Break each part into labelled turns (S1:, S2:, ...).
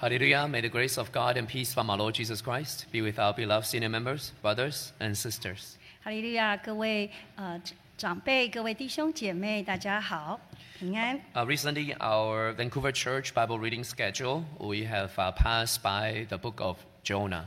S1: Hallelujah. May the grace of God and peace from our Lord Jesus Christ be with our beloved senior members, brothers, and sisters.
S2: 哈利路亚，各位呃长辈、各位弟兄姐妹，大家好，平安。
S1: Uh, recently, our Vancouver Church Bible reading schedule, we have uh, passed by the book of Jonah.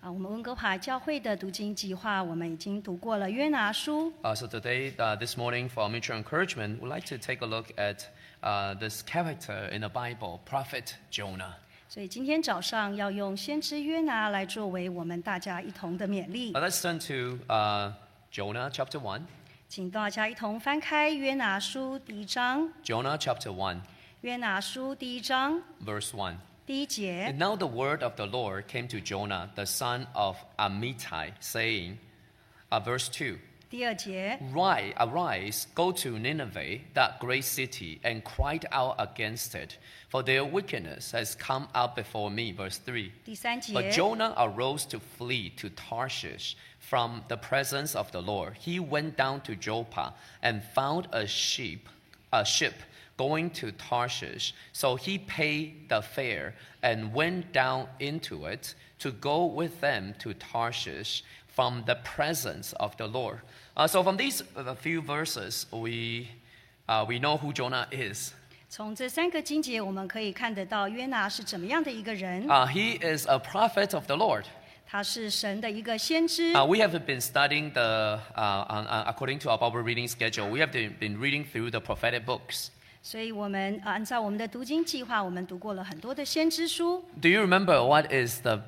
S2: 啊，我们温哥华教会的读经计划，我们已经读过了约拿书。
S1: Uh, so today, uh, this morning, for mutual encouragement, we'd like to take a look at uh, this character in the Bible, Prophet Jonah.
S2: 所以今天早上要用先知约拿来作为我们大家一同的勉励
S1: Uh,，let's turn to uh, Jonah chapter 1.
S2: 请大家一同翻开约拿书第一章，
S1: Jonah chapter 1,
S2: 约拿书第一章
S1: verse 1.
S2: 第一节
S1: And。now the word of the Lord came to Jonah, the son of Amittai, saying, uh, verse 2,
S2: 第二节，
S1: Rise, arise, go to Nineveh, that great city, and cry out against it, for their wickedness has come up before me. Verse 3.
S2: 第三节，
S1: But Jonah arose to flee to Tarshish from the presence of the Lord. He went down to Joppa and found a sheep, a ship going to Tarshish. So he paid the fare and went down into it to go with them to Tarshish from the presence of the Lord. Uh, so from these uh, few verses, we uh, we know who Jonah is.
S2: 从这三个经节，我们可以看得到约拿是怎么样的一个人。
S1: Uh, he is a prophet of the Lord.
S2: 他是神的一个先知。
S1: Uh, we have been studying the, uh, on- on- according to our Bible reading schedule, we have been been reading through the prophetic books.
S2: 所以我们呃按照我们的读经计划，我们读过了很多的先知书。
S1: Do you remember what is the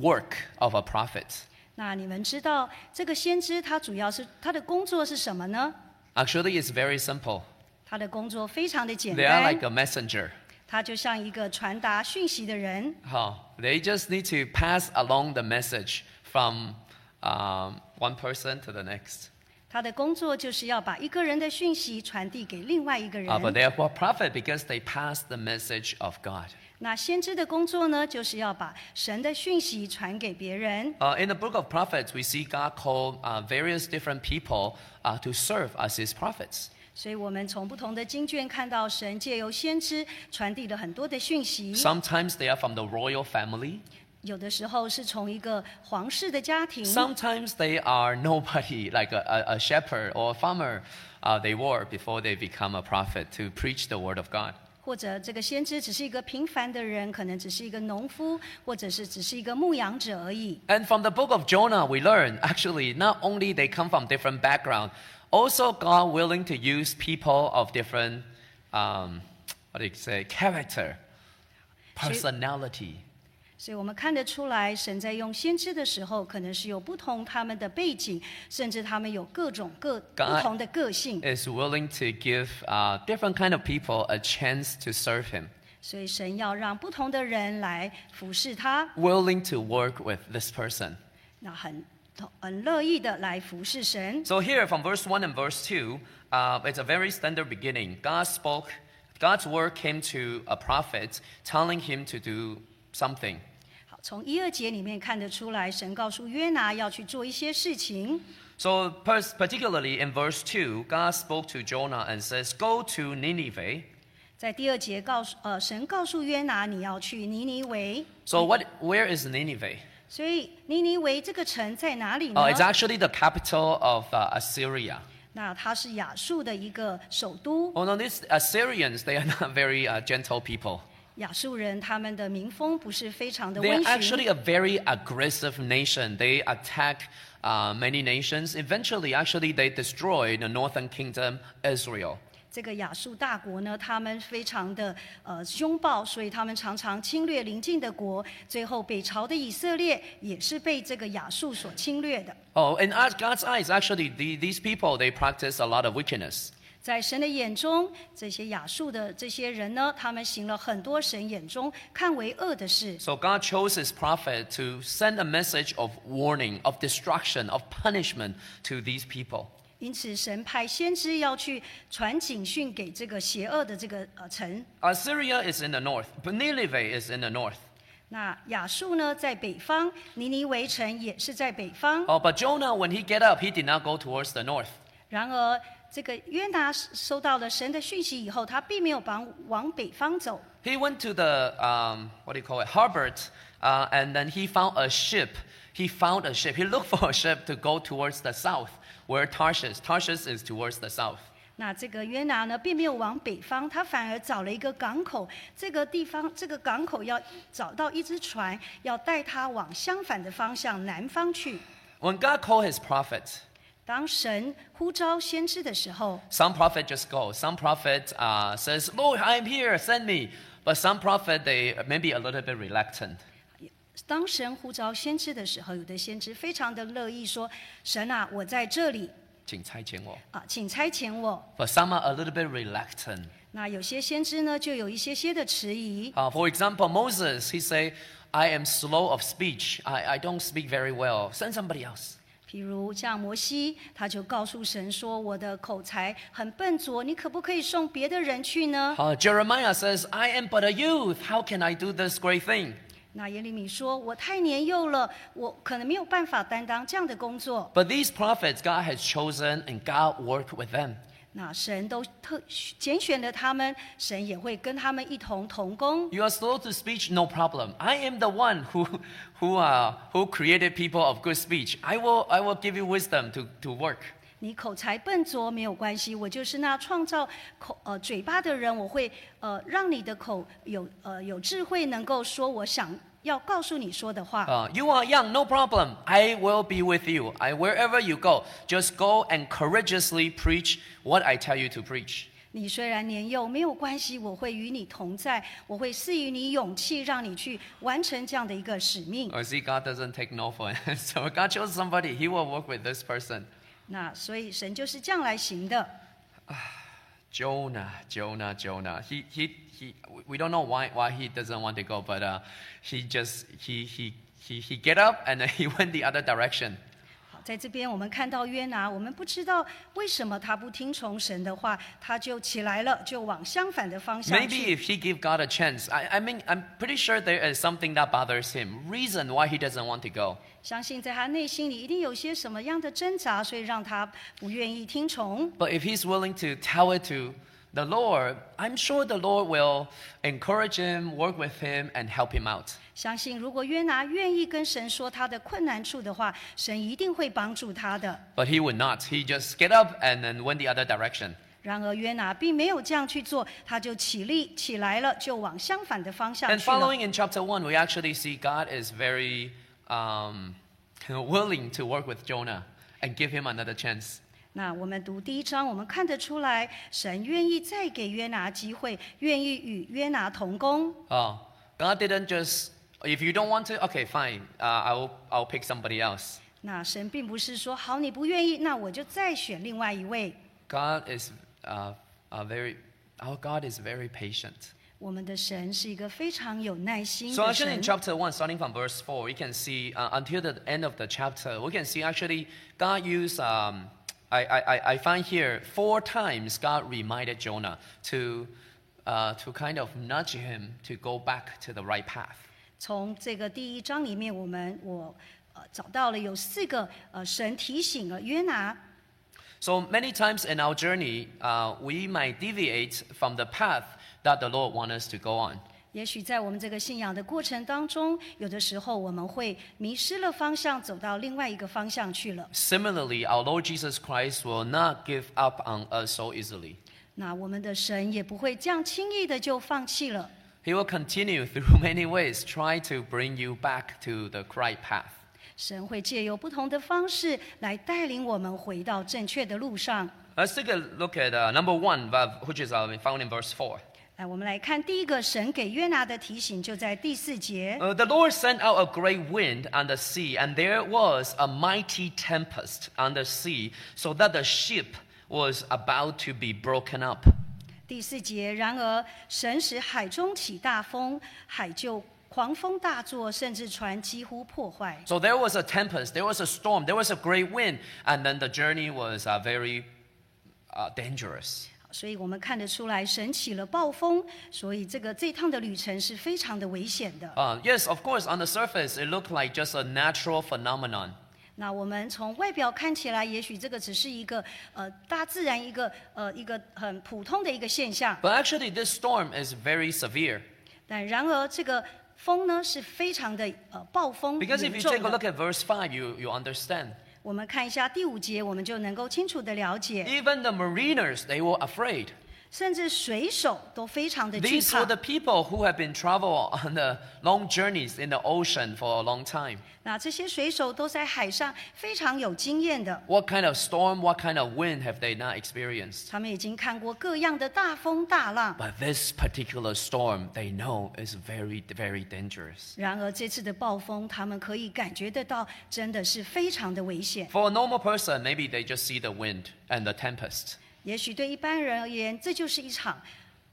S1: work of a prophet?
S2: 那你们知道这个先知他主要是他的工作是什么呢？
S1: Actually, it's very simple.
S2: 他的工作非常的简
S1: They are
S2: 单
S1: like a messenger.
S2: 他就像一个传达讯息的人，
S1: Huh. They just need to pass along the message from um, one person to the next.
S2: 他的工作就是要把一个人的讯息传递给另外一个人。
S1: Uh, but they are called prophet because they pass the message of God.
S2: 那先知的工作呢，就是要把神的讯息传给别人。
S1: Uh, in the book of prophets, we see God call uh, various different people uh, to serve as his prophets.
S2: 所以我们从不同的经卷看到，神借由先知传递了很多的讯息。
S1: Sometimes they are from the royal family.
S2: 有的时候是从一个皇室的家庭，
S1: Sometimes they are nobody, like a, a, a shepherd or a farmer uh, they were before they become a prophet to preach the word of God.
S2: 或者这个先知只是一个平凡的人，可能只是一个农夫，或者是只是一个牧羊者而已。
S1: And from the book of Jonah, we learn actually not only they come from different background, also God willing to use people of different, um, what do you say, character,
S2: So-
S1: personality.
S2: 所以我们看得出来，神在用先知的时候，可能是有不同他们的背景，甚至他们有各种各
S1: 刚
S2: 不
S1: 才
S2: 同的个性。
S1: Is willing to give uh, different kind of people a chance to serve Him,
S2: 所以神要让不同的人来服侍他，
S1: willing to work with this person.
S2: 那很很乐意的来服侍神。
S1: So here, from verse one and verse two, uh, it's a very standard beginning. God spoke, God's word came to a prophet, telling him to do something.
S2: 好，从一二节里面看得出来，神告诉约拿要去做一些事情。
S1: So pers- particularly in verse two, God spoke to Jonah and says, "Go to Nineveh."
S2: 在第二节告诉呃，神告诉约拿你要去尼尼微，
S1: So what? Where is Nineveh?
S2: 所以尼尼微这个城在哪里呢
S1: Oh, it's actually the capital of uh, Assyria.
S2: 那它是亚述的一个首都，
S1: Oh no, these Assyrians they are not very uh, gentle people.
S2: 亚述人他们的民风不是非常的
S1: They're
S2: 温驯，
S1: actually a very aggressive nation. They attack uh, many nations. Eventually, actually, they destroy the northern kingdom, Israel.
S2: 这个亚述大国呢，他们非常的呃凶暴，所以他们常常侵略邻近的国，最后北朝的以色列也是被这个亚述所侵略的。
S1: Oh, in our- God's eyes, actually, the, these people, they practice a lot of wickedness.
S2: 在神的眼中，这些亚述的这些人呢，他们行了很多神眼中看为恶的事，
S1: So God chose his prophet to send a message of warning, of destruction, of punishment to these people.
S2: 因此，神派先知要去传警讯给这个邪恶的这个呃城。
S1: Assyria is in the north, but Nineveh is in the north.
S2: 那亚述呢，在北方；尼尼微城也是在北方。
S1: Oh, but Jonah, when he get up, he did not go towards the north.
S2: 然而，这个约拿收到了神的讯息以后，他并没有往往北方走，
S1: He went to the, um, what do you call it, harbor, uh, and then he found a ship. He found a ship. He looked for a ship to go towards the south, where Tarshish, Tarshish is towards the south.
S2: 那这个约拿呢，并没有往北方，他反而找了一个港口。这个地方，这个港口要找到一只船，要带他往相反的方向南方去。
S1: When God called his prophets,
S2: 当神呼召先知的时候，
S1: some prophet just go. Some prophet uh, says, Lord, I'm here, send me. But some prophet, they may be a little bit reluctant.
S2: 当神呼召先知的时候，有的先知非常的乐意说：“神啊，我在这里
S1: 请差遣我。
S2: 啊，请差遣我。
S1: But some are a little bit reluctant. ”
S2: 那有些先知呢，就有一些些的迟疑。
S1: Uh, for example, Moses, he say, I am slow of speech. I, I don't speak very well. Send somebody else.
S2: 譬如像摩西，他就告诉神说：“我的口才很笨拙，你可不可以送别的人去呢
S1: Uh, Jeremiah says, I am but a youth. How can I do this great thing?？”
S2: 那耶利米说：“我太年幼了，我可能没有办法担当这样的工作。
S1: But these prophets God has chosen and God worked with them. ”
S2: 那神都特拣选了他们，神也会跟他们一同同工。
S1: You are slow to speech, no problem. I am the one who, who, uh, who created people of good speech. I will, I will give you wisdom to, to work.
S2: 你口才笨拙没有关系，我就是那创造口呃嘴巴的人，我会呃让你的口有呃有智慧，能够说我想要告诉你说的话。
S1: Uh, you are young, no problem. I will be with you. I, wherever you go, just go and courageously preach what I tell you to preach.
S2: 你虽然年幼没有关系，我会与你同在，我会赐予你勇气，让你去完成这样的一个使命。
S1: Or Oh, see, God doesn't take no for an answer. So God chose somebody, He will work with this person.
S2: 那所以神就是这样来行的。
S1: Jonah, Jonah, Jonah. He, he, he, we- we don't know why, why he doesn't want to go, but uh, he just, he, he, he, he get up and then he went the other direction.
S2: 好，在这边我们看到约拿，我们不知道为什么他不听从神的话，他就起来了，就往相反的方向
S1: Maybe
S2: 去。
S1: if he give God a chance, I, I mean, I'm pretty sure there is something that bothers him, reason why he doesn't want to go.
S2: 相信在他内心里一定有些什么样的挣扎，所以让他不愿意听从。
S1: But if he's willing to tell it to the Lord, I'm sure the Lord will encourage him, work with him, and help him out.
S2: 相信如果约拿愿意跟神说他的困难处的话，神一定会帮助他的。
S1: But he would not. He just get up and then went the other direction.
S2: 然而约拿并没有这样去做，他就起立起来了，就往相反的方向
S1: And
S2: 去了。
S1: following in chapter one, we actually see God is very um, willing to work with Jonah and give him another chance.
S2: 那我们读第一章，我们看得出来，神愿意再给约拿机会，愿意与约拿同工。
S1: Oh, God didn't just. If you don't want to, okay, fine. Uh, I'll I'll pick somebody else.
S2: 那神并不是说好你不愿意，那我就再选另外一位。
S1: God is uh, uh, very. Our God is very patient.
S2: 我们的神是一个非常有耐心
S1: So
S2: 的
S1: actually,
S2: 神
S1: in。chapter one, starting from verse four, we can see uh, until the end of the chapter, we can see actually God used. Um, I, I, I- I find here four times God reminded Jonah to, uh, to kind of nudge him to go back to the right path.
S2: 从这个第一章里面，我们我呃找到了有四个呃神提醒了约拿，
S1: So many times in our journey, uh, we might deviate from the path that the Lord wants us to go on.
S2: 也许在我们这个信仰的过程当中，有的时候我们会迷失了方向，走到另外一个方向去了。
S1: Similarly, our Lord Jesus Christ will not give up on us so easily.
S2: 那我们的神也不会这样轻易的就放弃了，
S1: He will continue through many ways, try to bring you back to the right path.
S2: 神会借由不同的方式来带领我们回到正确的路上。
S1: Let's take a look at uh, number one, but- which is uh, found in verse 4.
S2: 来，我们来看第一个神给约拿的提醒，就在第四节。
S1: Uh, the Lord sent out a great wind on the sea, and there was a mighty tempest on the sea, so that the ship was about to be broken up.
S2: 第四节，然而神使海中起大风，海就狂风大作，甚至船几乎破坏。
S1: So there was a tempest, there was a storm, there was a great wind, and then the journey was uh, very uh, dangerous.
S2: 所以我们看得出来，神起了暴风，所以这个这趟的旅程是非常的危险的。
S1: Uh, yes, of course, on the surface, it looked like just a natural phenomenon.
S2: 那我们从外表看起来，也许这个只是一个呃大自然一个呃一个很普通的一个现象，
S1: But actually, this storm is very severe.
S2: 但然而这个风呢是非常的呃暴风
S1: Because if
S2: 严
S1: you take
S2: 重
S1: a look
S2: 的。
S1: at verse 5, you, you understand.
S2: 我们看一下第五节，我们就能够清楚的了解，
S1: Even the mariners, they were afraid.
S2: 甚至水手都非常的惧
S1: These were
S2: 怕
S1: the。people who have been travel on the long journeys in the ocean for a long time.
S2: 那这些水手都在海上非常有经验的，
S1: What kind of storm, what kind of wind have they not experienced?
S2: 他们已经看过各样的大风大浪。
S1: But this particular storm, they know is very, very dangerous.
S2: 然而这次的暴风，他们可以感觉得到，真的是非常的危险。
S1: For a normal person, maybe they just see the wind and the tempest.
S2: 也许对一般人而言，这就是一场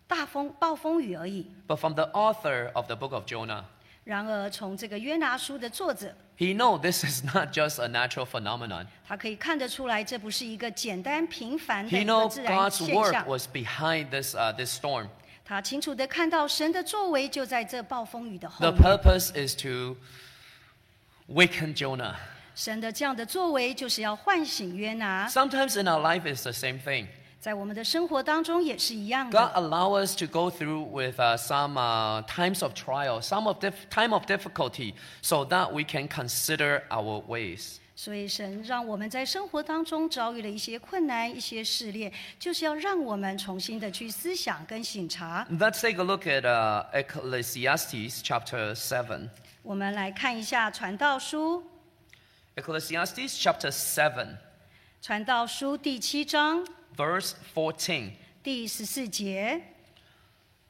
S2: 大风暴风雨而已。
S1: But from the author of the book of Jonah,
S2: 然而，从这个约拿书的作者，
S1: he know this is not just a natural phenomenon.
S2: 他可以看得出来，这不是一个简单平凡的
S1: He
S2: 一个
S1: know
S2: 自然
S1: God's
S2: 现
S1: work
S2: 象。
S1: was behind this, uh, this storm.
S2: 他清楚地看到神的作为就在这暴风雨的后
S1: The
S2: 面。
S1: purpose is to waken Jonah.
S2: 神的这样的作为就是要唤醒约拿，
S1: Sometimes in our life, it's the same thing.
S2: 在我们的生活当中也是一样
S1: God
S2: 的。
S1: allow us to go through with uh, some uh, times of trial, some of dif- time of difficulty, so that we can consider our ways.
S2: 所以，神让我们在生活当中遭遇了一些困难、一些试炼，就是要让我们重新的去思想跟醒察。
S1: Let's take a look at uh, Ecclesiastes chapter 7.
S2: 我们来看一下《传道书》，《
S1: Ecclesiastes chapter 7,
S2: 传道书》第七章
S1: verse 14.
S2: 第十四节，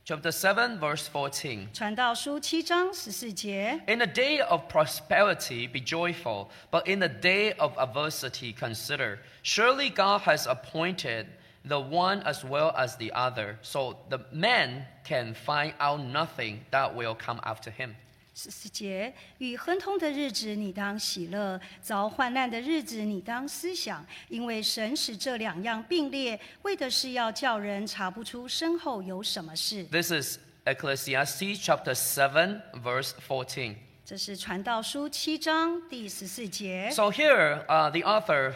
S1: Chapter 7, verse 14.
S2: 《传道书》七章十四节。
S1: In the day of prosperity, be joyful, but in the day of adversity, consider. Surely God has appointed the one as well as the other, so the man can find out nothing that will come after him.
S2: 十四节，与亨通的日子你当喜乐，遭患难的日子你当思想，因为神使这两样并列，为的是要叫人查不出身后有什么事。
S1: This is Ecclesiastes chapter 7, verse 14.
S2: 这是传道书七章第十四节。
S1: So here, uh, the author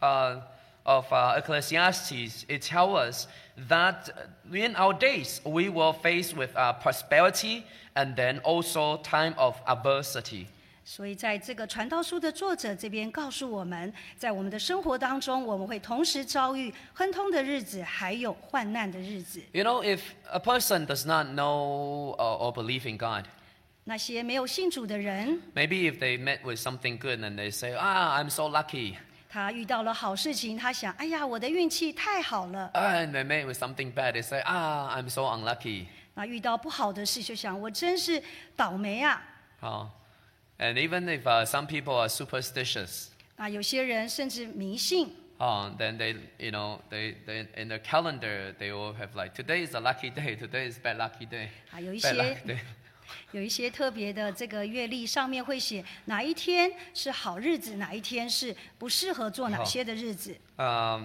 S1: uh, of uh, Ecclesiastes it tells us that in our days we will face with uh, prosperity and then also time of adversity.
S2: 所以，在这个传道书的作者这边告诉我们，在我们的生活当中，我们会同时遭遇亨通的日子，还有患难的日子。
S1: You know, if a person does not know uh, or, or believe in God,
S2: 那些没有信主的人，
S1: maybe if they met with something good and they say, "Ah, I'm so lucky,"
S2: 他遇到了好事情，他想：“哎呀，我的运气太好了。
S1: Ah, and they met with something bad, they say, "Ah, I'm so unlucky." ”
S2: 那遇到不好的事，就想：“我真是倒霉啊
S1: Oh. And even if uh, some people are superstitious,！”
S2: 那有些人甚至迷信，
S1: Um, then they, you know, they, they in their calendar they will have like today is a lucky day, today is bad lucky day,
S2: 啊，有一
S1: bad
S2: 些
S1: lucky day.
S2: 有一些特别的这个阅历上面会写哪一天是好日子，哪一天是不适合做哪些的日子。
S1: Um,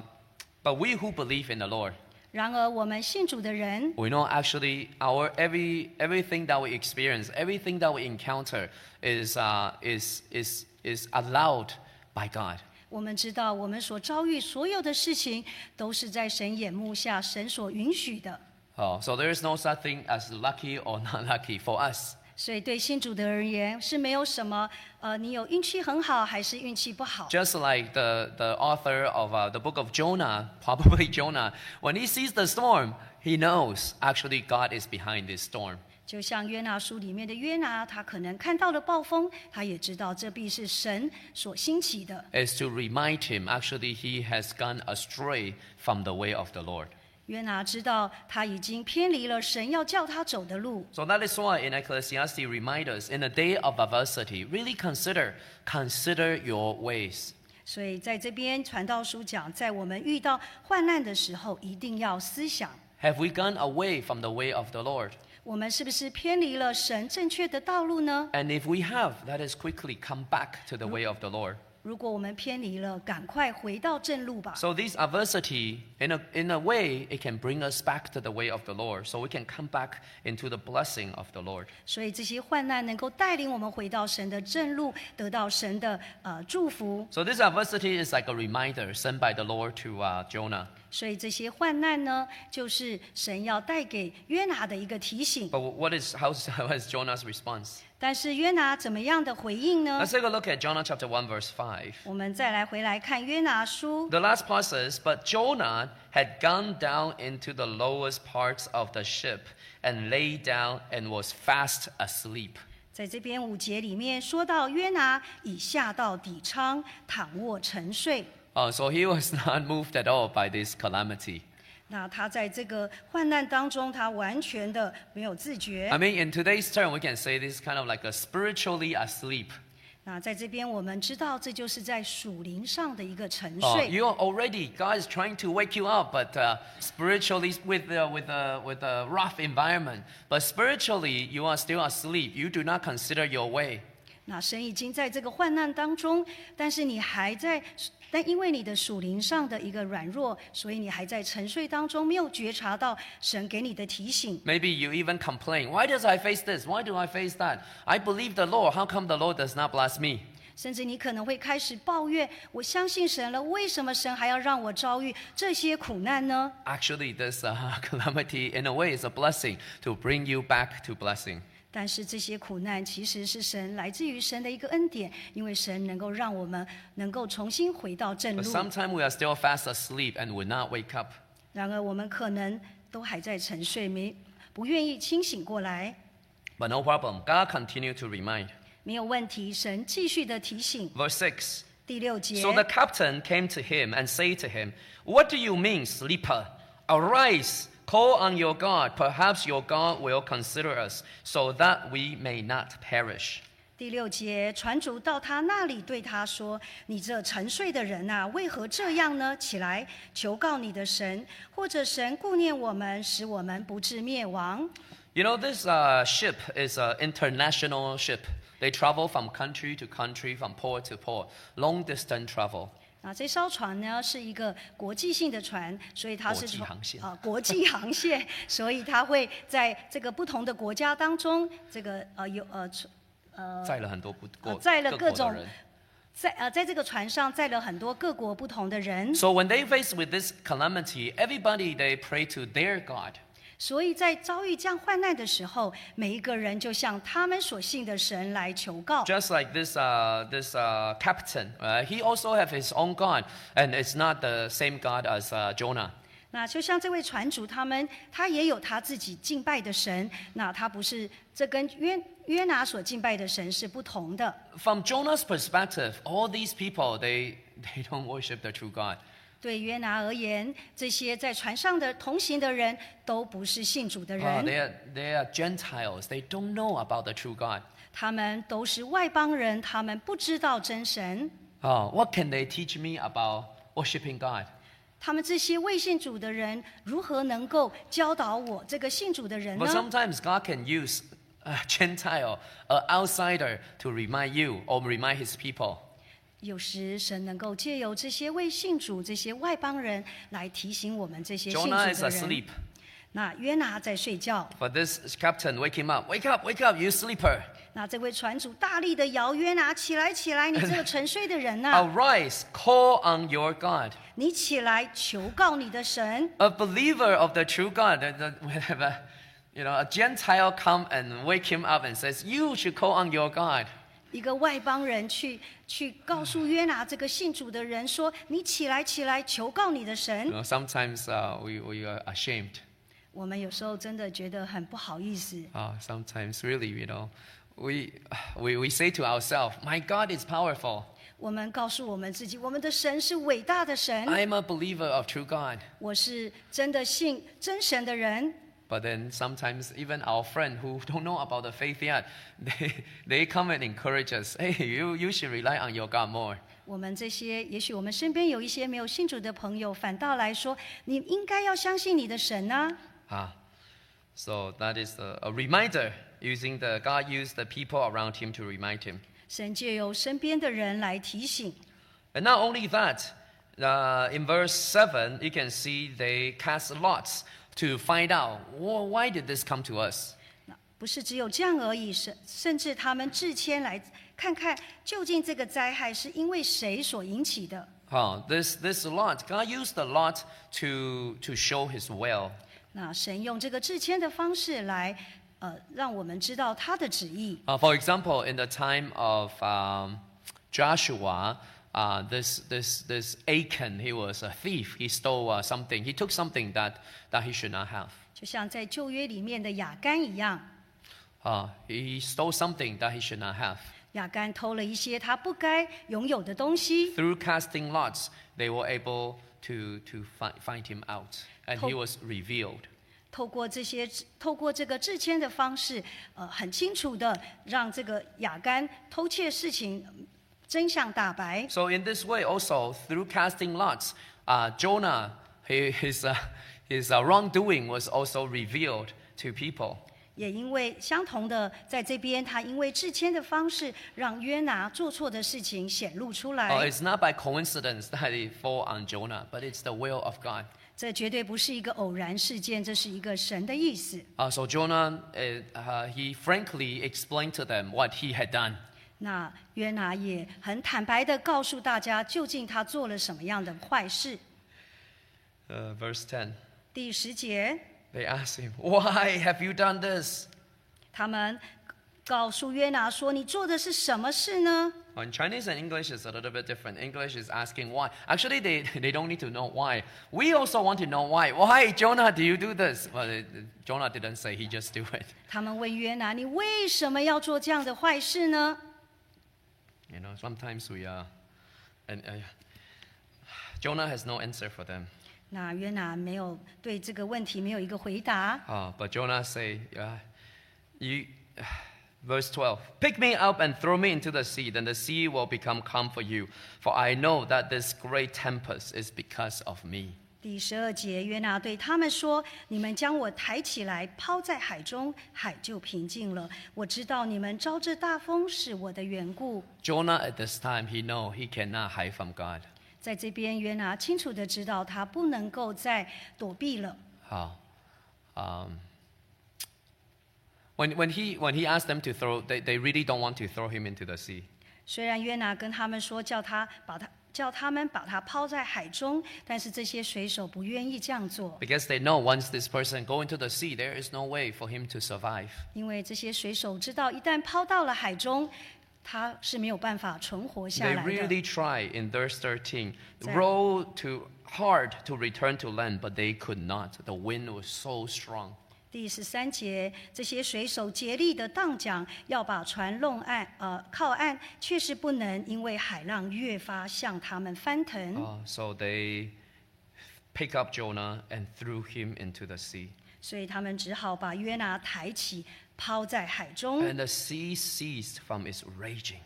S1: but we who believe in the Lord,
S2: 然而，我们信主的人，
S1: we know actually our every everything that we experience, everything that we encounter is uh, is is is allowed by God.
S2: 我们知道我们所遭遇所有的事情都是在神眼目下，神所允许的。
S1: Oh, so there is no such thing as lucky or not lucky for us.
S2: 所以，对信主的人而言是没有什么，呃，你有运气很好还是运气不好。
S1: Just like the, the author of uh, the book of Jonah, probably Jonah, when he sees the storm, he knows actually God is behind this storm.
S2: 就像约拿书里面的约拿，他可能看到了暴风，他也知道这必是神所兴起的。
S1: Is to remind him actually he has gone astray from the way of the Lord.
S2: 约拿知道他已经偏离了神要叫他走的路，
S1: So that is why in Ecclesiastes remind us in the day of adversity, really consider consider your ways.
S2: 所以在这边传道书讲，在我们遇到患难的时候，一定要思想。
S1: Have we gone away from the way of the Lord?
S2: 我们是不是偏离了神正确的道路呢？
S1: And if we have, let us quickly come back to the way of the Lord.
S2: 如果我们偏离了，赶快回到正路吧。
S1: So this adversity, in a, in a way, it can bring us back to the way of the Lord, so we can come back into the blessing of the Lord.
S2: 所以这些患难能够带领我们回到神的正路，得到神的呃祝福。
S1: So this adversity is like a reminder sent by the Lord to uh, Jonah.
S2: 所以这些患难呢，就是神要带给约拿的一个提醒。
S1: But what is how is, how is Jonah's response?
S2: 但是约拿怎么样的回应呢
S1: Let's？take a look at Jonah chapter one verse five.
S2: 我们再来回来看约拿书
S1: The last part says, But Jonah had gone down into the lowest parts of the ship and lay down and was fast asleep.
S2: 在这边五节里面说到，约拿已下到底舱，躺卧沉睡。
S1: Uh, so he was not moved at all by this calamity.
S2: 那他在这个患难当中，他完全的没有自觉
S1: I。mean, in today's term, we can say this is kind of like a spiritually asleep.
S2: 那在这边我们知道，这就是在属灵上的一个沉
S1: Uh,
S2: 睡。
S1: you are already, God is trying to wake you up, but uh, spiritually, with, uh, with, uh, with a rough environment. But spiritually, you are still asleep. You do not consider your way.
S2: 那神已经在这个患难当中，但是你还在，但因为你的属灵上的一个软弱，所以你还在沉睡当中，没有觉察到神给你的提醒。
S1: Maybe you even complain, why does I face this? Why do I face that? I believe the Lord. How come the Lord does not bless me?
S2: 甚至你可能会开始抱怨：“我相信神了，为什么神还要让我遭遇这些苦难呢
S1: Actually, this uh, calamity, in a way, is a blessing to bring you back to blessing.？”
S2: 但是这些苦难其实是神来自于神的一个恩典，因为神能够让我们能够重新回到正
S1: But
S2: 路。
S1: sometimes we are still fast asleep and will not wake up.
S2: 然而我们可能都还在沉睡，没不愿意清醒过来。
S1: But no problem. God continued to remind.
S2: 没有问题，神继续的提醒。
S1: Verse 6.
S2: 第六节
S1: So the captain came to him and said to him, What do you mean, sleeper? Arise, call on your God. Perhaps your God will consider us so that we may not perish.
S2: 第六节，船主到他那里对他说：“你这沉睡的人呐、为何这样呢？起来，求告你的神，或者神顾念我们，使我们不致灭亡。
S1: You know, this uh, ship is an international ship. They travel from country to country, from port to port, long distance travel. ”
S2: 啊，这艘船呢是一个国际性的船，所以它是
S1: 国际
S2: 从
S1: 航线
S2: 啊国际航线，所以它会在这个不同的国家当中，这个呃有呃呃
S1: Uh, 载了很多不-各-
S2: 载了各
S1: 各
S2: 种
S1: 国的人。
S2: 在呃在这个船上载了很多各国不同的人。
S1: So when they faced with this calamity, everybody they pray to their God.
S2: 所以在遭遇这样患难的时候，每一个人就向他们所信的神来求告。
S1: Just like this, uh, this uh, captain, uh, he also have his own God, and it's not the same God as uh, Jonah.
S2: 那就像这位船主他们，他也有他自己敬拜的神。那他不是这跟约约拿所敬拜的神是不同的。
S1: From Jonah's perspective, all these people they they don't worship the true God.
S2: 对约拿而言，这些在船上的同行的人都不是信主的
S1: Uh,
S2: 人，
S1: they are they are Gentiles. They don't know about the true God.
S2: 他们都是外邦人，他们不知道真神。
S1: Uh, what can they teach me about worshiping God?
S2: 他们这些未信主的人，如何能够教导我这个信主的人
S1: But
S2: 呢？
S1: sometimes God can use a Gentile, an outsider, to remind you or remind His people.
S2: 有时神能够借由这些未信主、这些外邦人来提醒我们这些信主
S1: Jonah is
S2: 的人。
S1: asleep.
S2: 那约拿在睡觉，
S1: But this captain wake him up. Wake up, wake up, you sleeper.
S2: 那这位船主大力的摇约拿起来，起来，你这 个沉睡的人
S1: 哦
S2: 呐、
S1: Arise, call on your God.
S2: 你起来求告你的神。
S1: A believer of the true God, that- that- whenever you know, a Gentile come and wake him up and says, "You should call on your God."
S2: 一个外邦人去去告诉约拿这个信主的人说：“你起来，起来，求告你的
S1: You
S2: 神。
S1: know, sometimes uh, we, we are ashamed. ”
S2: 我们有时候真的觉得很不好意思。
S1: Uh, sometimes, really, you know, we, we, we say to ourselves, "My God is powerful.
S2: 我们告诉我们自己，我们的神是伟大的神，
S1: I am a believer of true God."
S2: 我是真的信真神的人。
S1: But then sometimes even our friend who don't know about the faith yet, they, they come and encourage us. Hey, you, you should rely on your God more.
S2: 我们这些，也许我们身边有一些没有信主的朋友，反倒来说，你应该要相信你的神啊。
S1: Ah, so that is a, a reminder using the God used the people around him to remind him.
S2: 神借由身边的人来提醒。
S1: And not only that, uh, in verse seven you can see they cast lots to find out "Wh- why did this come to us.
S2: 那不是只有这样而已，甚甚至他们自谦来看看，究竟这个灾害是因为谁所引起的。
S1: Huh, this, this lot, God used the lot to, to show his will.
S2: 那神用这个致谦的方式来，呃，让我们知道他的旨意。
S1: Uh, for example, in the time of um, Joshua, uh, this, this, this Achan, he was a thief. He stole uh, something. He took something that, that he should not have.
S2: 就像在旧约里面的雅干一样，
S1: Uh, he stole something that he should not have.
S2: 雅干偷了一些他不该拥有的东西，
S1: Through casting lots, they were able to, to fi- find him out, and he
S2: Hope-
S1: was revealed.
S2: 透过这些透过这个致谦的方式，呃，很清楚的让这个雅干偷窃事情呃真相大白。
S1: So in this way, also through casting lots, uh, Jonah, he, his, uh, his uh, wrongdoing was also revealed to people.
S2: 也因为相同的，在这边他因为致谦的方式，让约拿做错的事情显露出
S1: Uh,
S2: 来。
S1: it's not by coincidence that it fall on Jonah, but it's the will of God.
S2: 这绝对不是一个偶然事件，这是一个神的意思。
S1: Uh, so Jonah, uh, uh, he frankly explained to them what he had done.
S2: 那约拿也很坦白的告诉大家，究竟他做了什么样的坏事。
S1: Uh, verse 10.
S2: 第十节，
S1: They asked him, Why have you done this?
S2: 他们告诉约拿说：“你做的是什么事呢
S1: Well, in Chinese and English is a little bit different. English is asking why. Actually, they, they don't need to know why. We also want to know why. Why, Jonah, do you do this? Well, it- it- Jonah didn't say, he just do it.？”
S2: 他们问约拿：“你为什么要做这样的坏事呢
S1: You know, sometimes we are, and uh, Jonah has no answer for them.？”
S2: 那约拿没有对这个问题没有一个回答。
S1: Uh, but Jonah say, uh, you, verse 12, pick me up and throw me into the sea, then the sea will become calm for you. For I know that this great tempest is because of me.
S2: 第十二节，约拿对他们说：“你们将我抬起来，抛在海中，海就平静了。我知道你们招这大风是我的缘故。
S1: Jonah at this time, he know he cannot hide from God. ”
S2: 在这边，约拿清楚的知道他不能够再躲避了。
S1: 好，嗯。When, when, he, when he asked them to throw, they, they really don't want to throw him into the sea.
S2: 虽然约拿跟他们说叫他把他叫他们把他抛在海中，但是这些水手不愿意这样做，
S1: Because they know once this person go into the sea, there is no way for him to survive.
S2: 因为这些水手知道一旦抛到了海中，他是没有办法存活下
S1: They
S2: 来的。
S1: really try in verse 13,
S2: Dạ.
S1: row to hard to return to land, but they could not. The wind was so strong.
S2: 第十三节，这些水手竭力的荡桨，要把船弄岸，呃，靠岸，却是不能，因为海浪越发向他们翻腾。
S1: Uh, so they pick up Jonah and threw him into the sea.
S2: 所以他们只好把约拿抬起，抛在海中，
S1: And the sea ceased from its raging.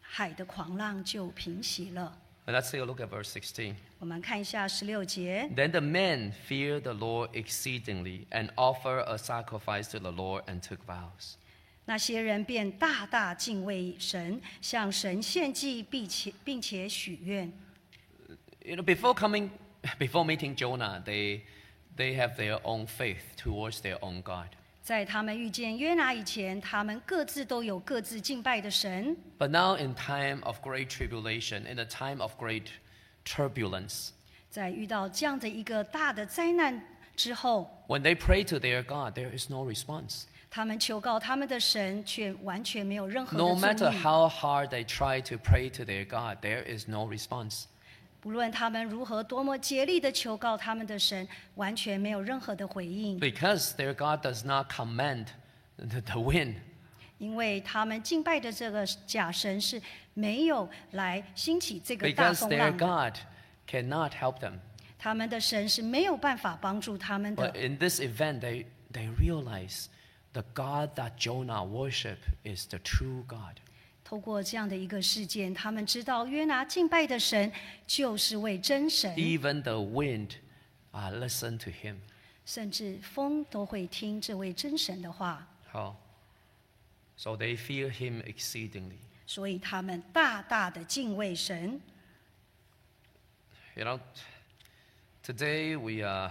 S2: 海的狂浪就平息了。
S1: And let's take a look at verse 16.
S2: 我们看一下十六节，
S1: Then the men feared the Lord exceedingly and offered a sacrifice to the Lord and took vows.
S2: 那些人便大大敬畏神，向神献祭，并且并且许愿。
S1: You know, before coming, before meeting Jonah, they, they have their own faith towards their own God.
S2: 在他们遇见约拿以前，他们各自都有各自敬拜的神。
S1: But now, in time of great tribulation, in a time of great turbulence,
S2: 在遇到这样的一个大的灾难之后，
S1: when they pray to their God, there is no response.
S2: 他们求告他们的神，却完全没有任何
S1: No
S2: 的
S1: matter
S2: 注意。
S1: how hard they try to pray to their God, there is no response.
S2: 不论他们如何多么竭力的求告他们的神，完全没有任何的回应，
S1: Because their God does not command the, the wind.
S2: 因为他们敬拜的这个假神是没有来兴起这个大
S1: Because
S2: 风
S1: their
S2: 浪的。
S1: God cannot help them.
S2: 他们的神是没有办法帮助他们
S1: But
S2: 的。
S1: in this event, they, they realize the God that Jonah worshiped is the true God.
S2: 透过这样的一个事件，他们知道约拿敬拜的神就是为真神，
S1: Even the wind uh, listened to him.
S2: 甚至风都会听这位真神的话。
S1: 好 So they fear him exceedingly.
S2: 所以他们大大的敬畏神。
S1: You know, today we, uh,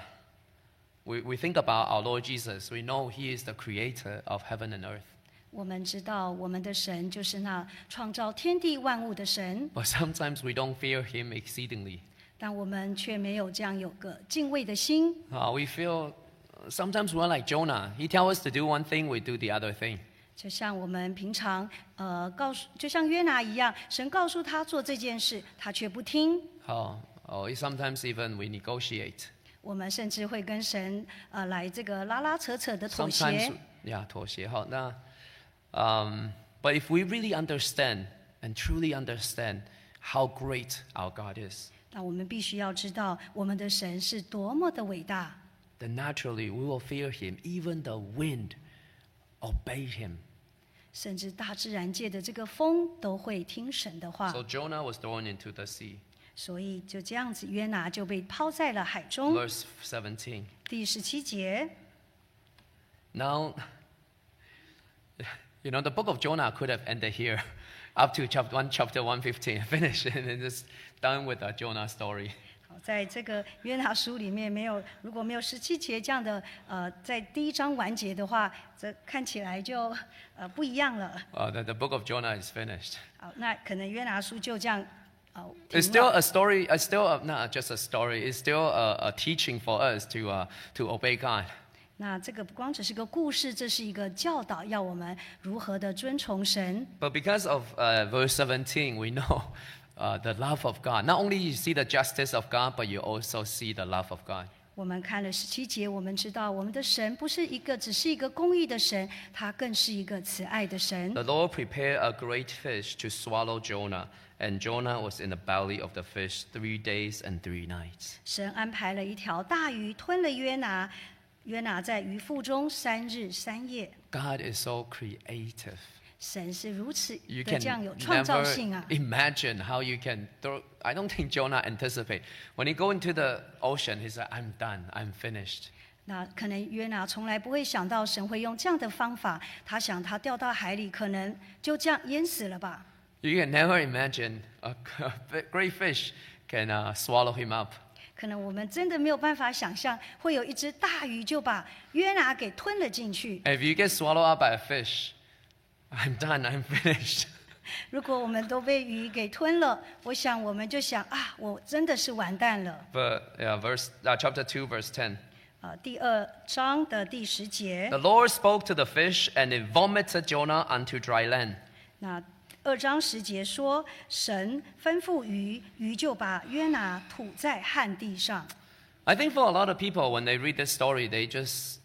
S1: we, we think about our Lord Jesus. We know he is the creator of heaven and earth.
S2: 我们知道，我们的神就是那创造天地万物的神，
S1: But sometimes we don't fear Him exceedingly.
S2: 但我们却没有这样有个敬畏的心。
S1: Uh, we feel sometimes we're like Jonah. He tells us to do one thing, we do the other thing.
S2: 就像我们平常，呃，告诉，就像约拿一样，神告诉他做这件事，他却不听。
S1: Oh, oh, sometimes even we negotiate.
S2: 我们甚至会跟神，呃，来这个拉拉扯扯的妥
S1: Sometimes,
S2: 协。
S1: yeah, 妥协。好，那, um, but if we really understand and truly understand how great our God is,
S2: 那我们必须要知道，我们的神是多么的伟大。
S1: then naturally we will fear Him. Even the wind obey Him.
S2: 甚至大自然界的这个风都会听神的话
S1: So，Jonah was thrown into the sea.
S2: 所以就这样子，约拿就被抛在了海中。
S1: Verse 17.
S2: 第十七节，
S1: Now, you know, the book of Jonah could have ended here, up to chapter 1, chapter 115, finish, and then just done with the Jonah story.
S2: 好，在这个约拿书里面没有，如果没有十七节这样的呃，在第一章完结的话，这看起来就呃不一样了。
S1: Uh, the, the book of Jonah is finished.
S2: 好，那可能约拿书就这样呃
S1: It's
S2: 停
S1: still
S2: 了。
S1: a story, it's still a, not just a story, it's still a, a teaching for us to, uh, to obey God.
S2: 那这个不光只是个故事，这是一个教导，要我们如何的遵从神。
S1: But because of uh, verse 17, we know uh, the love of God. Not only you see the justice of God, but you also see the love of God.
S2: 我们看了十七节，我们知道我们的神不是一个只是一个公义的神，他更是一个慈爱的神。
S1: The Lord prepared a great fish to swallow Jonah, and Jonah was in the belly of the fish three days and three nights.
S2: 神安排了一条大鱼吞了约拿，约拿在鱼腹中三日三夜。
S1: God is so creative.
S2: 神是如此
S1: You
S2: 的
S1: can
S2: 这样有创造
S1: never
S2: 性啊！
S1: imagine how you can throw. I don't think Jonah anticipate. When he go into the ocean, he's like, "I'm done. I'm finished."
S2: 那可能约拿从来不会想到神会用这样的方法，他想他掉到海里，可能就这样淹死了吧。
S1: You can never imagine a great fish can uh, swallow him up.
S2: 可能我们真的没有办法想象，会有一只大鱼就把约拿给吞了进去。
S1: If you get swallowed up by a fish, I'm done. I'm finished.
S2: 如果我们都被鱼给吞了，我想我们就想啊，我真的是完蛋了。
S1: But yeah, verse uh, chapter two, verse ten.
S2: 呃，第二章的第十节，
S1: The Lord spoke to the fish, and it vomited Jonah onto dry land.
S2: 那二章十节说，神吩咐鱼，鱼就把约拿吐在旱地上。
S1: I think for a lot of people, when they read this story, they just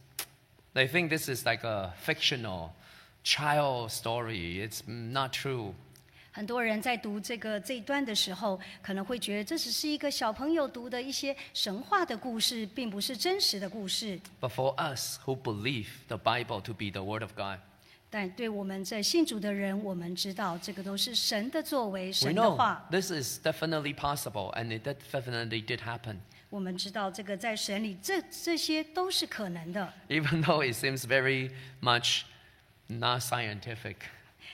S1: they think this is like a fictional child story. It's not true.
S2: 很多人在读这个这一段的时候，可能会觉得这只是一个小朋友读的一些神话的故事，并不是真实的故事。
S1: But for us who believe the Bible to be the Word of God,
S2: 但对我们这信主的人，我们知道这个都是神的作为，
S1: we
S2: 神的
S1: know
S2: 话。
S1: this is definitely possible, and it def- definitely did happen.
S2: 我们知道这个在神里，这这些都是可能的。
S1: Even though it seems very much not scientific,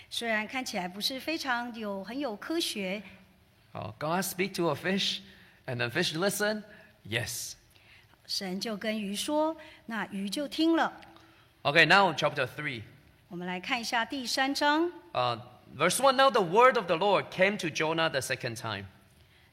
S2: 虽然看起来不是非常有很有科学，
S1: oh, God speak to a fish, and the fish listen. Yes,
S2: 神就跟鱼说，那鱼就听了。
S1: Okay, now chapter 3.
S2: 我们来看一下第三章，
S1: Uh, verse 1 Now the word of the Lord came to Jonah the second time.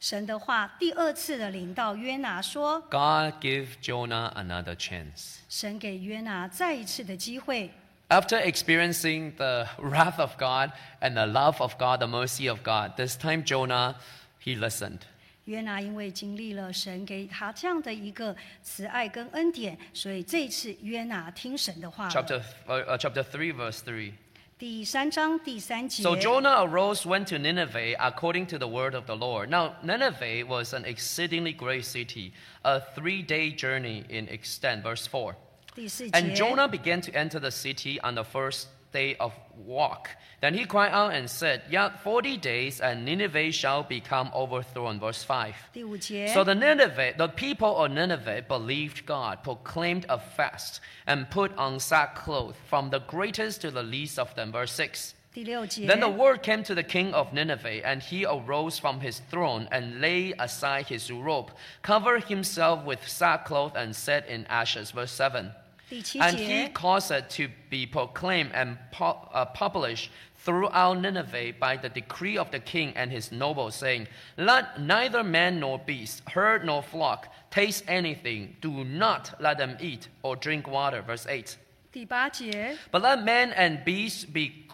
S2: 神的话第二次的临到约拿说，
S1: God give Jonah another chance.
S2: 神给约拿再一次的机会。
S1: After experiencing the wrath of God and the love of God, the mercy of God, this time Jonah, he listened.
S2: 约拿因为经历了神给他这样的一个慈爱跟恩典，所以这一次约拿听神的话了。
S1: Chapter, uh, uh, chapter 3, verse 3.
S2: 第三章第三节。
S1: So Jonah arose, went to Nineveh according to the word of the Lord. Now, Nineveh was an exceedingly great city, a three day journey in extent. Verse 4.
S2: 第四节。
S1: And Jonah began to enter the city on the first day of walk. Then he cried out and said, Yet forty days, and Nineveh shall become overthrown. Verse 5.
S2: 第五节。
S1: So the Nineveh, the people of Nineveh believed God, proclaimed a fast, and put on sackcloth, from the greatest to the least of them. Verse 6.
S2: 第六节。
S1: Then the word came to the king of Nineveh, and he arose from his throne and laid aside his robe, covered himself with sackcloth, and sat in ashes. Verse 7.
S2: 第七
S1: And he
S2: 节，
S1: caused it to be proclaimed and pu- uh, published throughout Nineveh by the decree of the king and his nobles, saying, Let neither man nor beast, herd nor flock, taste anything. Do not let them eat or drink water. Verse 8.
S2: 第八节，
S1: But let man and beast be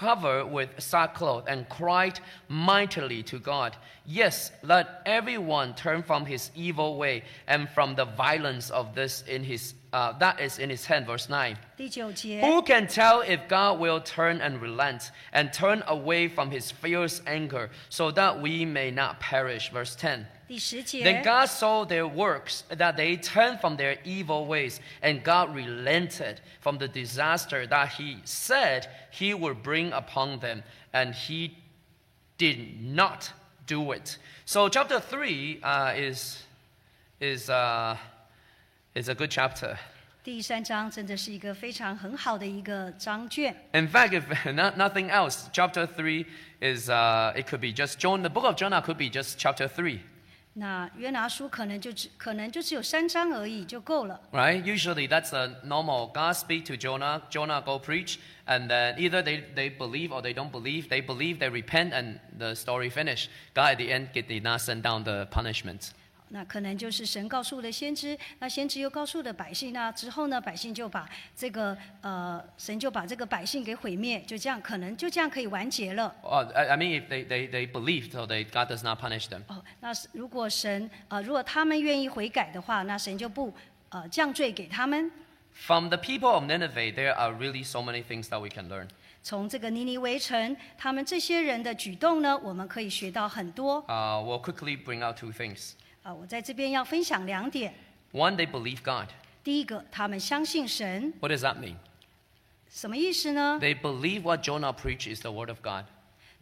S1: covered with sackcloth and cried mightily to God. Yes, let everyone turn from his evil way and from the violence of this in his uh, that is in his hand. Verse nine.
S2: 第九节，
S1: Who can tell if God will turn and relent and turn away from his fierce anger so that we may not perish? Verse 10.
S2: 第十
S1: Then
S2: 节，
S1: God saw their works, that they turned from their evil ways, and God relented from the disaster that He said He would bring upon them, and He did not do it. So, chapter 3 uh, is, is, uh, is a good chapter.
S2: 第三章真的是一个非常很好的一个章卷。
S1: In fact, if not, nothing else, chapter 3 is, uh, it could be just John, the book of Jonah could be just chapter 3,
S2: 那约拿书可能就只可能就只有三章而已就够了。
S1: right? Usually that's a normal, God speak to Jonah, Jonah go preach, and then either they, they believe or they don't believe, they believe, they repent, and the story finish. God at the end get- did not send down the punishment.
S2: 那可能就是神告诉了先知，那先知又告诉了百姓，那之后呢，百姓就把这个呃，神就把这个百姓给毁灭，就这样，可能就这样可以完结了。
S1: Or, I, I mean, if they, they, they believed, so they, God does not punish them.
S2: 哦，那是如果神呃，如果他们愿意悔改的话，那神就不呃降罪给他们。
S1: From the people of Nineveh, there are really so many things that we can learn.
S2: 从这个尼尼微城，他们这些人的举动呢，我们可以学到很多。
S1: Uh, we'll quickly bring out two things.
S2: 啊、我在这边要分享两点。
S1: One, they believe God.
S2: 第一个，他们相信神，
S1: What does that mean?
S2: 什么意思呢？
S1: They believe what Jonah preached is the word of God.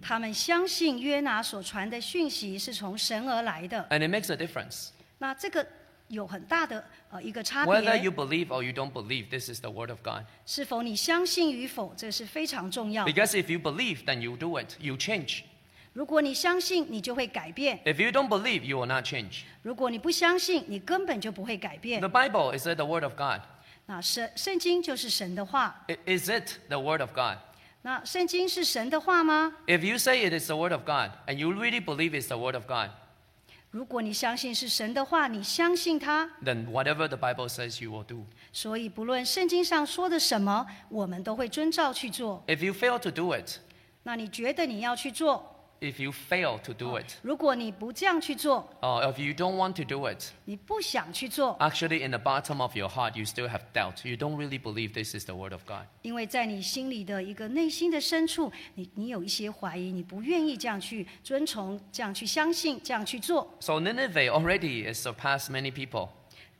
S2: 他们相信约拿所传的讯息是从神而来的。
S1: And it makes a difference.
S2: 那这个有很大的呃一个差
S1: Whether
S2: 别
S1: you，believe or you don't believe, this is the word of God.
S2: 是否你相信与否，这是非常重要的。
S1: Because if you believe, then you do it. You change.
S2: 如果你相信，你就会改变；
S1: If you don't believe, you will not change.
S2: 如果你不相信，你根本就不会改变
S1: The。Bible, is it the word of God?
S2: 那圣圣经就是神的话，
S1: I- Is it the word of God?
S2: 那圣经是神的话吗？
S1: If you say it is the word of God and you really believe it's the word of God,
S2: 如果你相信是神的话，你相信它，
S1: then whatever the Bible says, you will do.
S2: 所以不论圣经上说的什么，我们都会遵照去做。
S1: If you fail to do it,
S2: 那你觉得你要去做？
S1: if you fail to do it,
S2: 如果你不这样去做，
S1: or if you don't want to do it,
S2: 你不想去做，
S1: Actually, in the bottom of your heart, you still have doubt. You don't really believe this is the Word of God.
S2: 因为在你心里的一个内心的深处，你你有一些怀疑，你不愿意这样去遵从，这样去相信，这样去做。
S1: So Nineveh already has surpassed many people.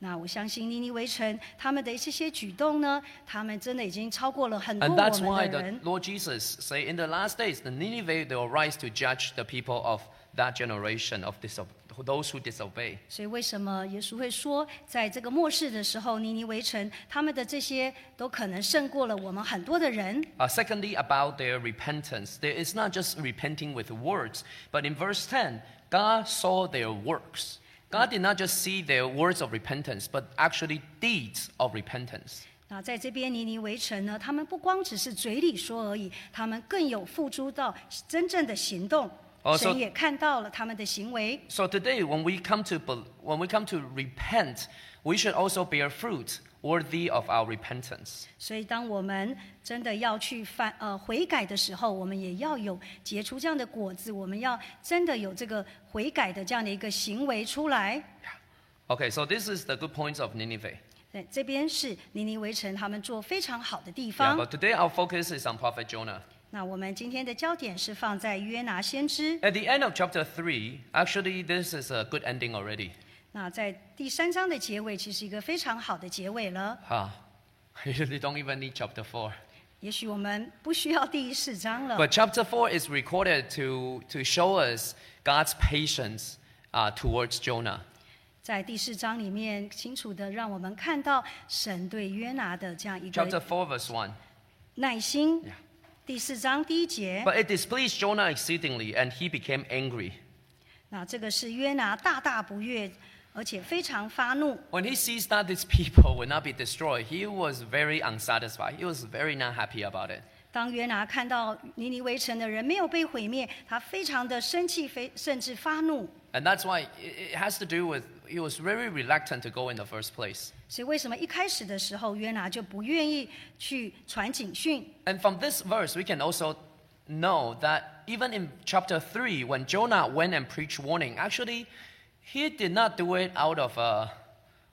S2: 那我相信尼尼微城他们的这些举动呢，他们真的已经超过了很多
S1: And that's
S2: 我
S1: why
S2: 们的
S1: the
S2: 人。
S1: Lord Jesus say, in the last days, the Nineveh, they will rise to judge the people of that generation, of diso- those who disobey.
S2: 所以为什么耶稣会说，在这个末世的时候，尼尼微城他们的这些都可能胜过了我们很多的人？
S1: Uh, secondly, about their repentance. There, it's not just repenting with words, but in verse 10, God saw their works. God did not just see their words of repentance, but actually deeds of repentance.
S2: 那在这边尼尼微城呢，他们不光只是嘴里说而已，他们更有付诸到真正的行动。
S1: 哦所
S2: 神
S1: 以
S2: 也看到了他们的行为。
S1: So today, when we come to bel- when we come to repent, we should also bear fruit worthy of our repentance.
S2: 所以，当我们真的要去反呃悔改的时候，我们也要有结出这样的果子。我们要真的有这个悔改的这样的一个行为出来。
S1: Okay, so this is the good points of Nineveh.
S2: 对，这边是尼尼微城他们做非常好的地
S1: Yeah,
S2: 方。
S1: but today our focus is on Prophet Jonah.
S2: 那我们今天的焦点是放在约拿先知。
S1: At the end of chapter three, actually, this is a good ending already.
S2: 那在第三章的结尾，其实一个非常好的结尾了。
S1: Huh. you don't even need chapter four.
S2: 也许我们不需要第四章了。
S1: But chapter four is recorded to to show us God's patience uh, towards Jonah.
S2: 在第四章里面，清楚的让我们看到神对约拿的这样一
S1: Chapter
S2: 个
S1: four, verse one.
S2: 耐心
S1: Yeah.。
S2: 第四章第一节，
S1: But it displeased Jonah exceedingly, and he became angry.
S2: 那这个是约拿大大不悦，而且非常发怒。
S1: When he sees that these people will not be destroyed, he was very unsatisfied. He was very not happy about it.
S2: 当约拿看到尼尼微城的人没有被毁灭，他非常的生气，非甚至发怒。
S1: And that's why it- it has to do with he was very reluctant to go in the first place.
S2: 所以为什么一开始的时候约拿就不愿意去传警讯？
S1: And from this verse, we can also know that even in chapter 3, when Jonah went and preached warning, actually, he did not do it out of a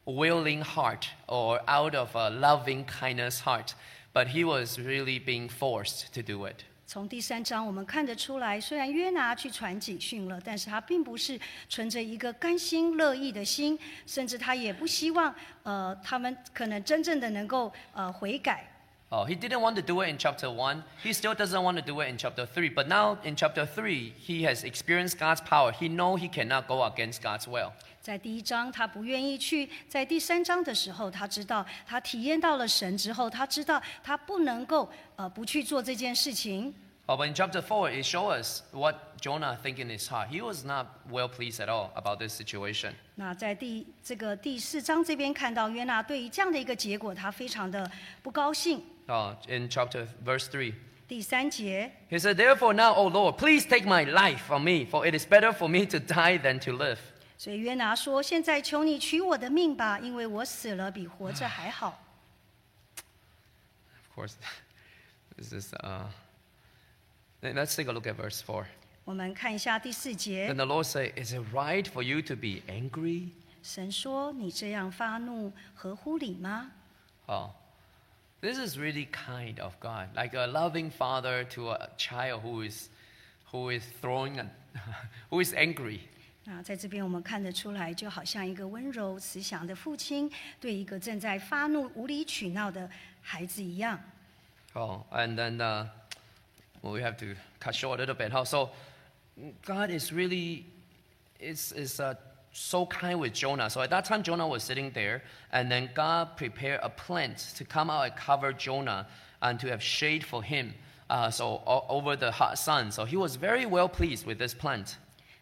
S1: willing heart or out of a loving kindness heart, but he was really being forced to do it.
S2: 从第三章我们看得出来，虽然约拿去传警讯了，但是他并不是存着一个甘心乐意的心，甚至他也不希望呃他们可能真正的能够呃悔改。
S1: Oh, he didn't want to do it in chapter 1. He still doesn't want to do it in chapter 3. But now in chapter 3, he has experienced God's power. He know he cannot go against God's will.
S2: 在第一章他不愿意去，在第三章的时候，他知道他体验到了神之后，他知道他不能够呃不去做这件事情。
S1: Oh, but in chapter 4, it shows us what Jonah think in his heart. He was not well pleased at all about this situation.
S2: 那在第这个第四章这边看到约拿对于这样的一个结果，他非常的不高兴。
S1: Oh, in chapter verse 3.
S2: 第三节，
S1: He said, Therefore now, O Lord, please take my life from me, for it is better for me to die than to live.
S2: 所以约拿说：“现在求你取我的命吧，因为我死了比活着还好。
S1: Of course, this is, uh, let's take a look at verse 4. ”
S2: 我们看一下第四节
S1: Then，the Lord said, Is it right for you to be angry?
S2: 神说：“你这样发怒合乎理吗
S1: Oh, this is really kind of God, like a loving father to a child who is, who is throwing, a, who is angry.？”
S2: 那在这边我们看得出来，就好像一个温柔慈祥的父亲对一个正在发怒、无理取闹的孩子一样。
S1: Oh, and then uh, well, we have to cut short a little bit. How so? God is really is is uh, so kind with Jonah. So at that time, Jonah was sitting there, and then God prepared a plant to come out and cover Jonah and to have shade for him. Uh, so o- over the hot sun. So he was very well pleased with this plant.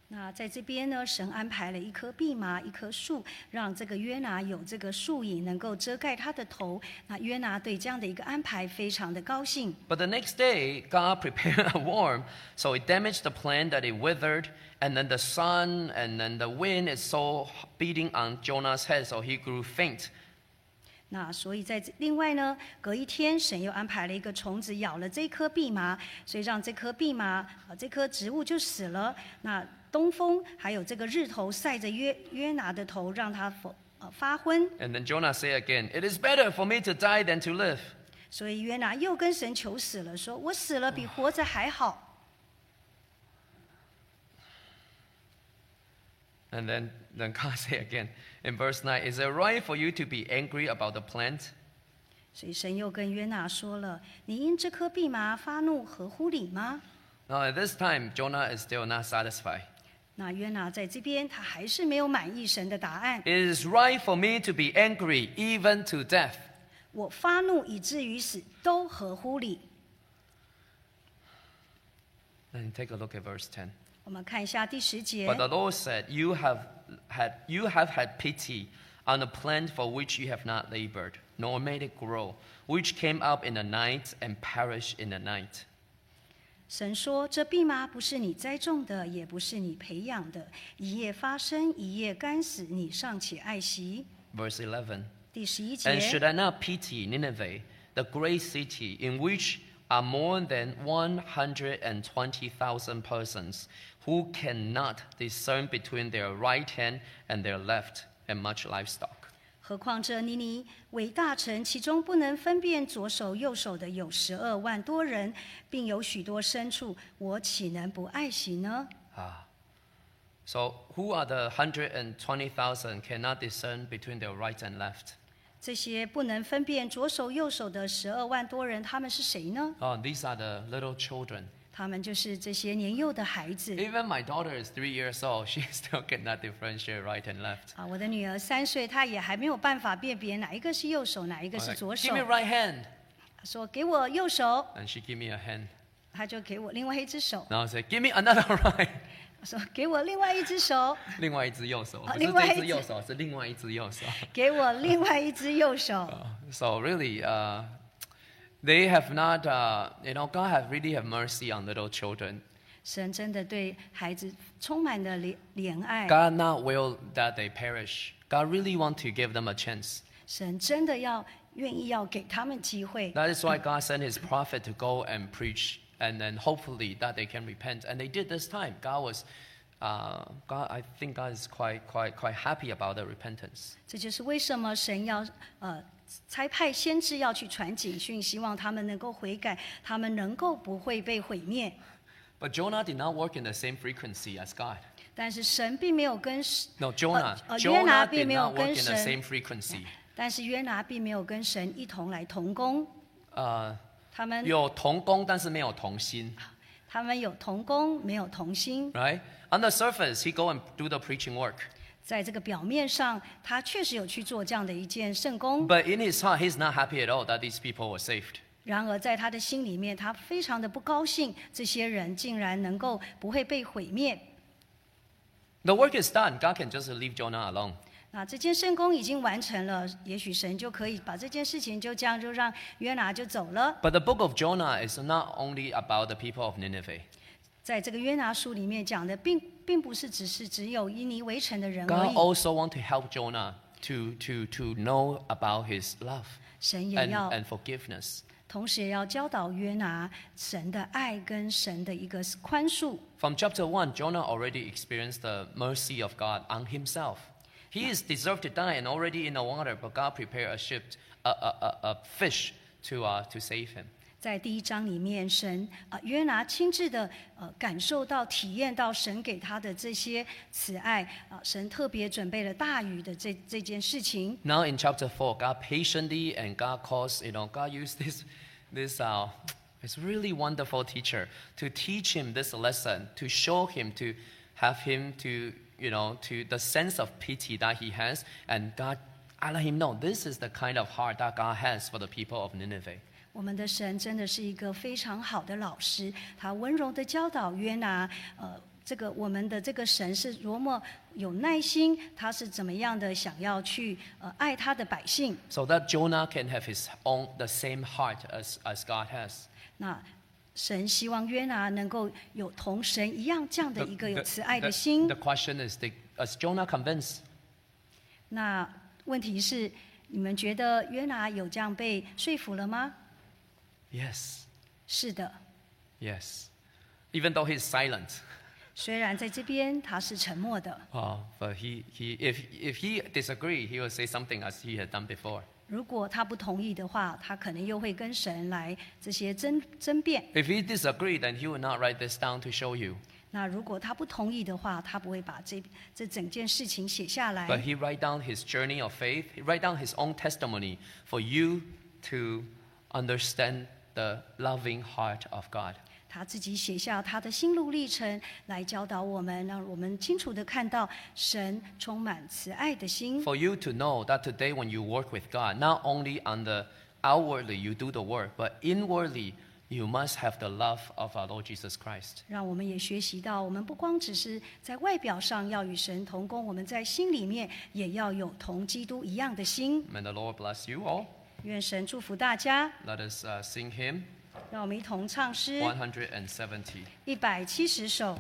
S2: 那在这边呢，神安排了一棵蓖麻，一棵树，让这个约拿有这个树影能够遮盖他的头。那约拿对这样的一个安排非常的高兴。
S1: But the next day, God prepared a worm, so it damaged the plant that it withered, and then the sun and then the wind is so beating on Jonah's head, so he grew faint.
S2: 那所以在这另外呢，隔一天神又安排了一个虫子咬了这棵蓖麻，所以让这棵蓖麻呃这棵植物就死了。那东风还有这个日头晒着约约拿的头，让他否呃发昏。
S1: And then Jonah said again, It is better for me to die than to live.
S2: 所以约拿又跟神求死了，说我死了比活着还好。
S1: And then, then God said again in verse 9, Is it right for you to be angry about the plant?
S2: 所以神又跟约拿说了：“你因这颗蓖麻发怒，合乎理吗
S1: Now at this time, Jonah is still not satisfied.？”
S2: 那约拿在这边，他还是没有满意神的答案。
S1: It is right for me to be angry, even to death.
S2: 我发怒以至于死，都合乎理。
S1: And take a look at verse 10.
S2: 我们看一下第十节
S1: But，the Lord said, You have had you have had pity on a plant for which you have not labored, nor made it grow, which came up in the night and perished in the night.
S2: 神说：“这蓖麻不是你栽种的，也不是你培养的，一夜发生，一夜干死，你尚且爱惜。
S1: Verse 11. ”
S2: 第十一
S1: And should
S2: 节，
S1: I not pity Nineveh, the great city in which are more than 120,000 persons who cannot discern between their right hand and their left, and much livestock?
S2: 何况这尼尼伟大臣，其中不能分辨左手右手的有十二万多人，并有许多牲畜，我岂能不爱惜呢？
S1: Ah. So who are the 120,000 cannot discern between their right and left?
S2: 这些不能分辨左手右手的十二万多人，他们是谁呢？
S1: Oh, these are the little children.
S2: 他们就是这些年幼的孩子
S1: Even my daughter is three years old. She still cannot differentiate right and left.
S2: 啊！我的女儿三岁，她也还没有办法辨别哪一个是右手，哪一个
S1: I'm
S2: 是
S1: like,
S2: 左
S1: give
S2: 手
S1: me。right hand.
S2: 说给我右手，
S1: And she give me a hand.
S2: 他就给我另外一只 手，
S1: 然后 say give me another right，
S2: 我说给我另外一只手，
S1: 另外一只右手，不
S2: 啊
S1: 是
S2: 另外
S1: 这
S2: 一
S1: 只
S2: 只
S1: 右手，是另外一只右手。
S2: 给我另外一只右手。
S1: So really, uh, they have not, uh, you know, God have really have mercy on little children.
S2: 神真的对孩子充满了怜怜爱，
S1: God not will that they perish. God really want to give them a chance.
S2: 神真的要愿意要给他们机会。
S1: That is why God sent His prophet to go and preach, and then hopefully that they can repent. And they did this time. God was, uh, God, I think God is quite, quite, quite happy about the repentance.
S2: 这就是为什么神要呃差派先知要去传警讯，希望他们能够悔改，他们能够不会被毁灭。
S1: But Jonah did not work in the same frequency as God.
S2: 但是神并没有跟神
S1: No, Jonah. Jonah
S2: uh,
S1: did not work in the
S2: Jonah 并没有跟神-
S1: same frequency.
S2: 但是约拿并没有跟神一同来同工，
S1: Uh,
S2: 他们
S1: 有同工，但是没有同心。
S2: 他们有同工，没有同心。
S1: Right? On the surface, he go and do the preaching work.
S2: 在这个表面上，他确实有去做这样的一件圣功，
S1: But in his heart, he's not happy at all that these people were saved.
S2: 然而在他的心里面，他非常的不高兴，这些人竟然能够不会被毁灭。
S1: The work is done. God can just leave Jonah alone.
S2: 那这件圣功已经完成了，也许神就可以把这件事情就这样就让约拿就走了。
S1: But the book of Jonah is not only about the people of Nineveh.
S2: 在这个约拿书里面讲的并，并不是只是只有以尼为城的人而
S1: God oh,
S2: 已，
S1: also want to help Jonah to, to, to know about his love
S2: 神也
S1: and,
S2: 要
S1: and forgiveness.
S2: 同时也要教导约拿神的爱跟神的一个宽恕。
S1: From chapter 1, Jonah already experienced the mercy of God on himself. He is deserved to die and already in the water, but God prepared a ship, a, a, a, a fish to, uh, to save him.
S2: 在第一章里面，神啊、呃约拿亲自的呃感受到、体验到神给他的这些慈爱啊、神特别准备了大鱼的这这件事情。
S1: Now in chapter 4, God patiently and God caused, you know, God used this, this, uh, this really wonderful teacher to teach him this lesson, to show him, to have him to, you know, to the sense of pity that he has. And God, I let him know this is the kind of heart that God has for the people of Nineveh.
S2: 我们的神真的是一个非常好的老师，他温柔的教导约拿，呃，这个我们的这个神是多么有耐心，他是怎么样的想要去呃爱他的百姓。
S1: so that Jonah can have his own the same heart as, as God has.
S2: 那神希望约拿能够有同神一样这样的
S1: The,
S2: 一个有
S1: the-
S2: 慈爱的
S1: the-
S2: 心
S1: the。question is, did, is Jonah convinced?
S2: 那问题是，你们觉得约拿有这样被说服了吗？
S1: Yes,
S2: 是的，
S1: yes. Even though he's silent,
S2: 虽然在这边他是沉默的。
S1: uh, but he, he, if, if he disagree, he will say something as he had done before.
S2: 如果他不同意的话，他可能又会跟神来这些争争辩。
S1: If he disagree, then he will not write this down to show you,
S2: 那如果他不同意的话，他不会把这这整件事情写下
S1: but
S2: 来。
S1: he write down his journey of faith, he write down his own testimony for you to understand the loving heart of God.
S2: 他自己写下他的心路历程，来教导我们，让我们清楚的看到神充满慈爱的心。
S1: for you to know that today when you work with God, not only on the outwardly you do the work, but inwardly you must have the love of our Lord Jesus Christ.
S2: 让我们也学习到，我们不光只是在外表上要与神同工，我们在心里面也要有同基督一样的心。
S1: May the Lord bless you all.
S2: 愿神祝福大家，
S1: Let us uh, sing hymn
S2: Mm. 让我们一同唱诗
S1: 170.
S2: 一百七十首。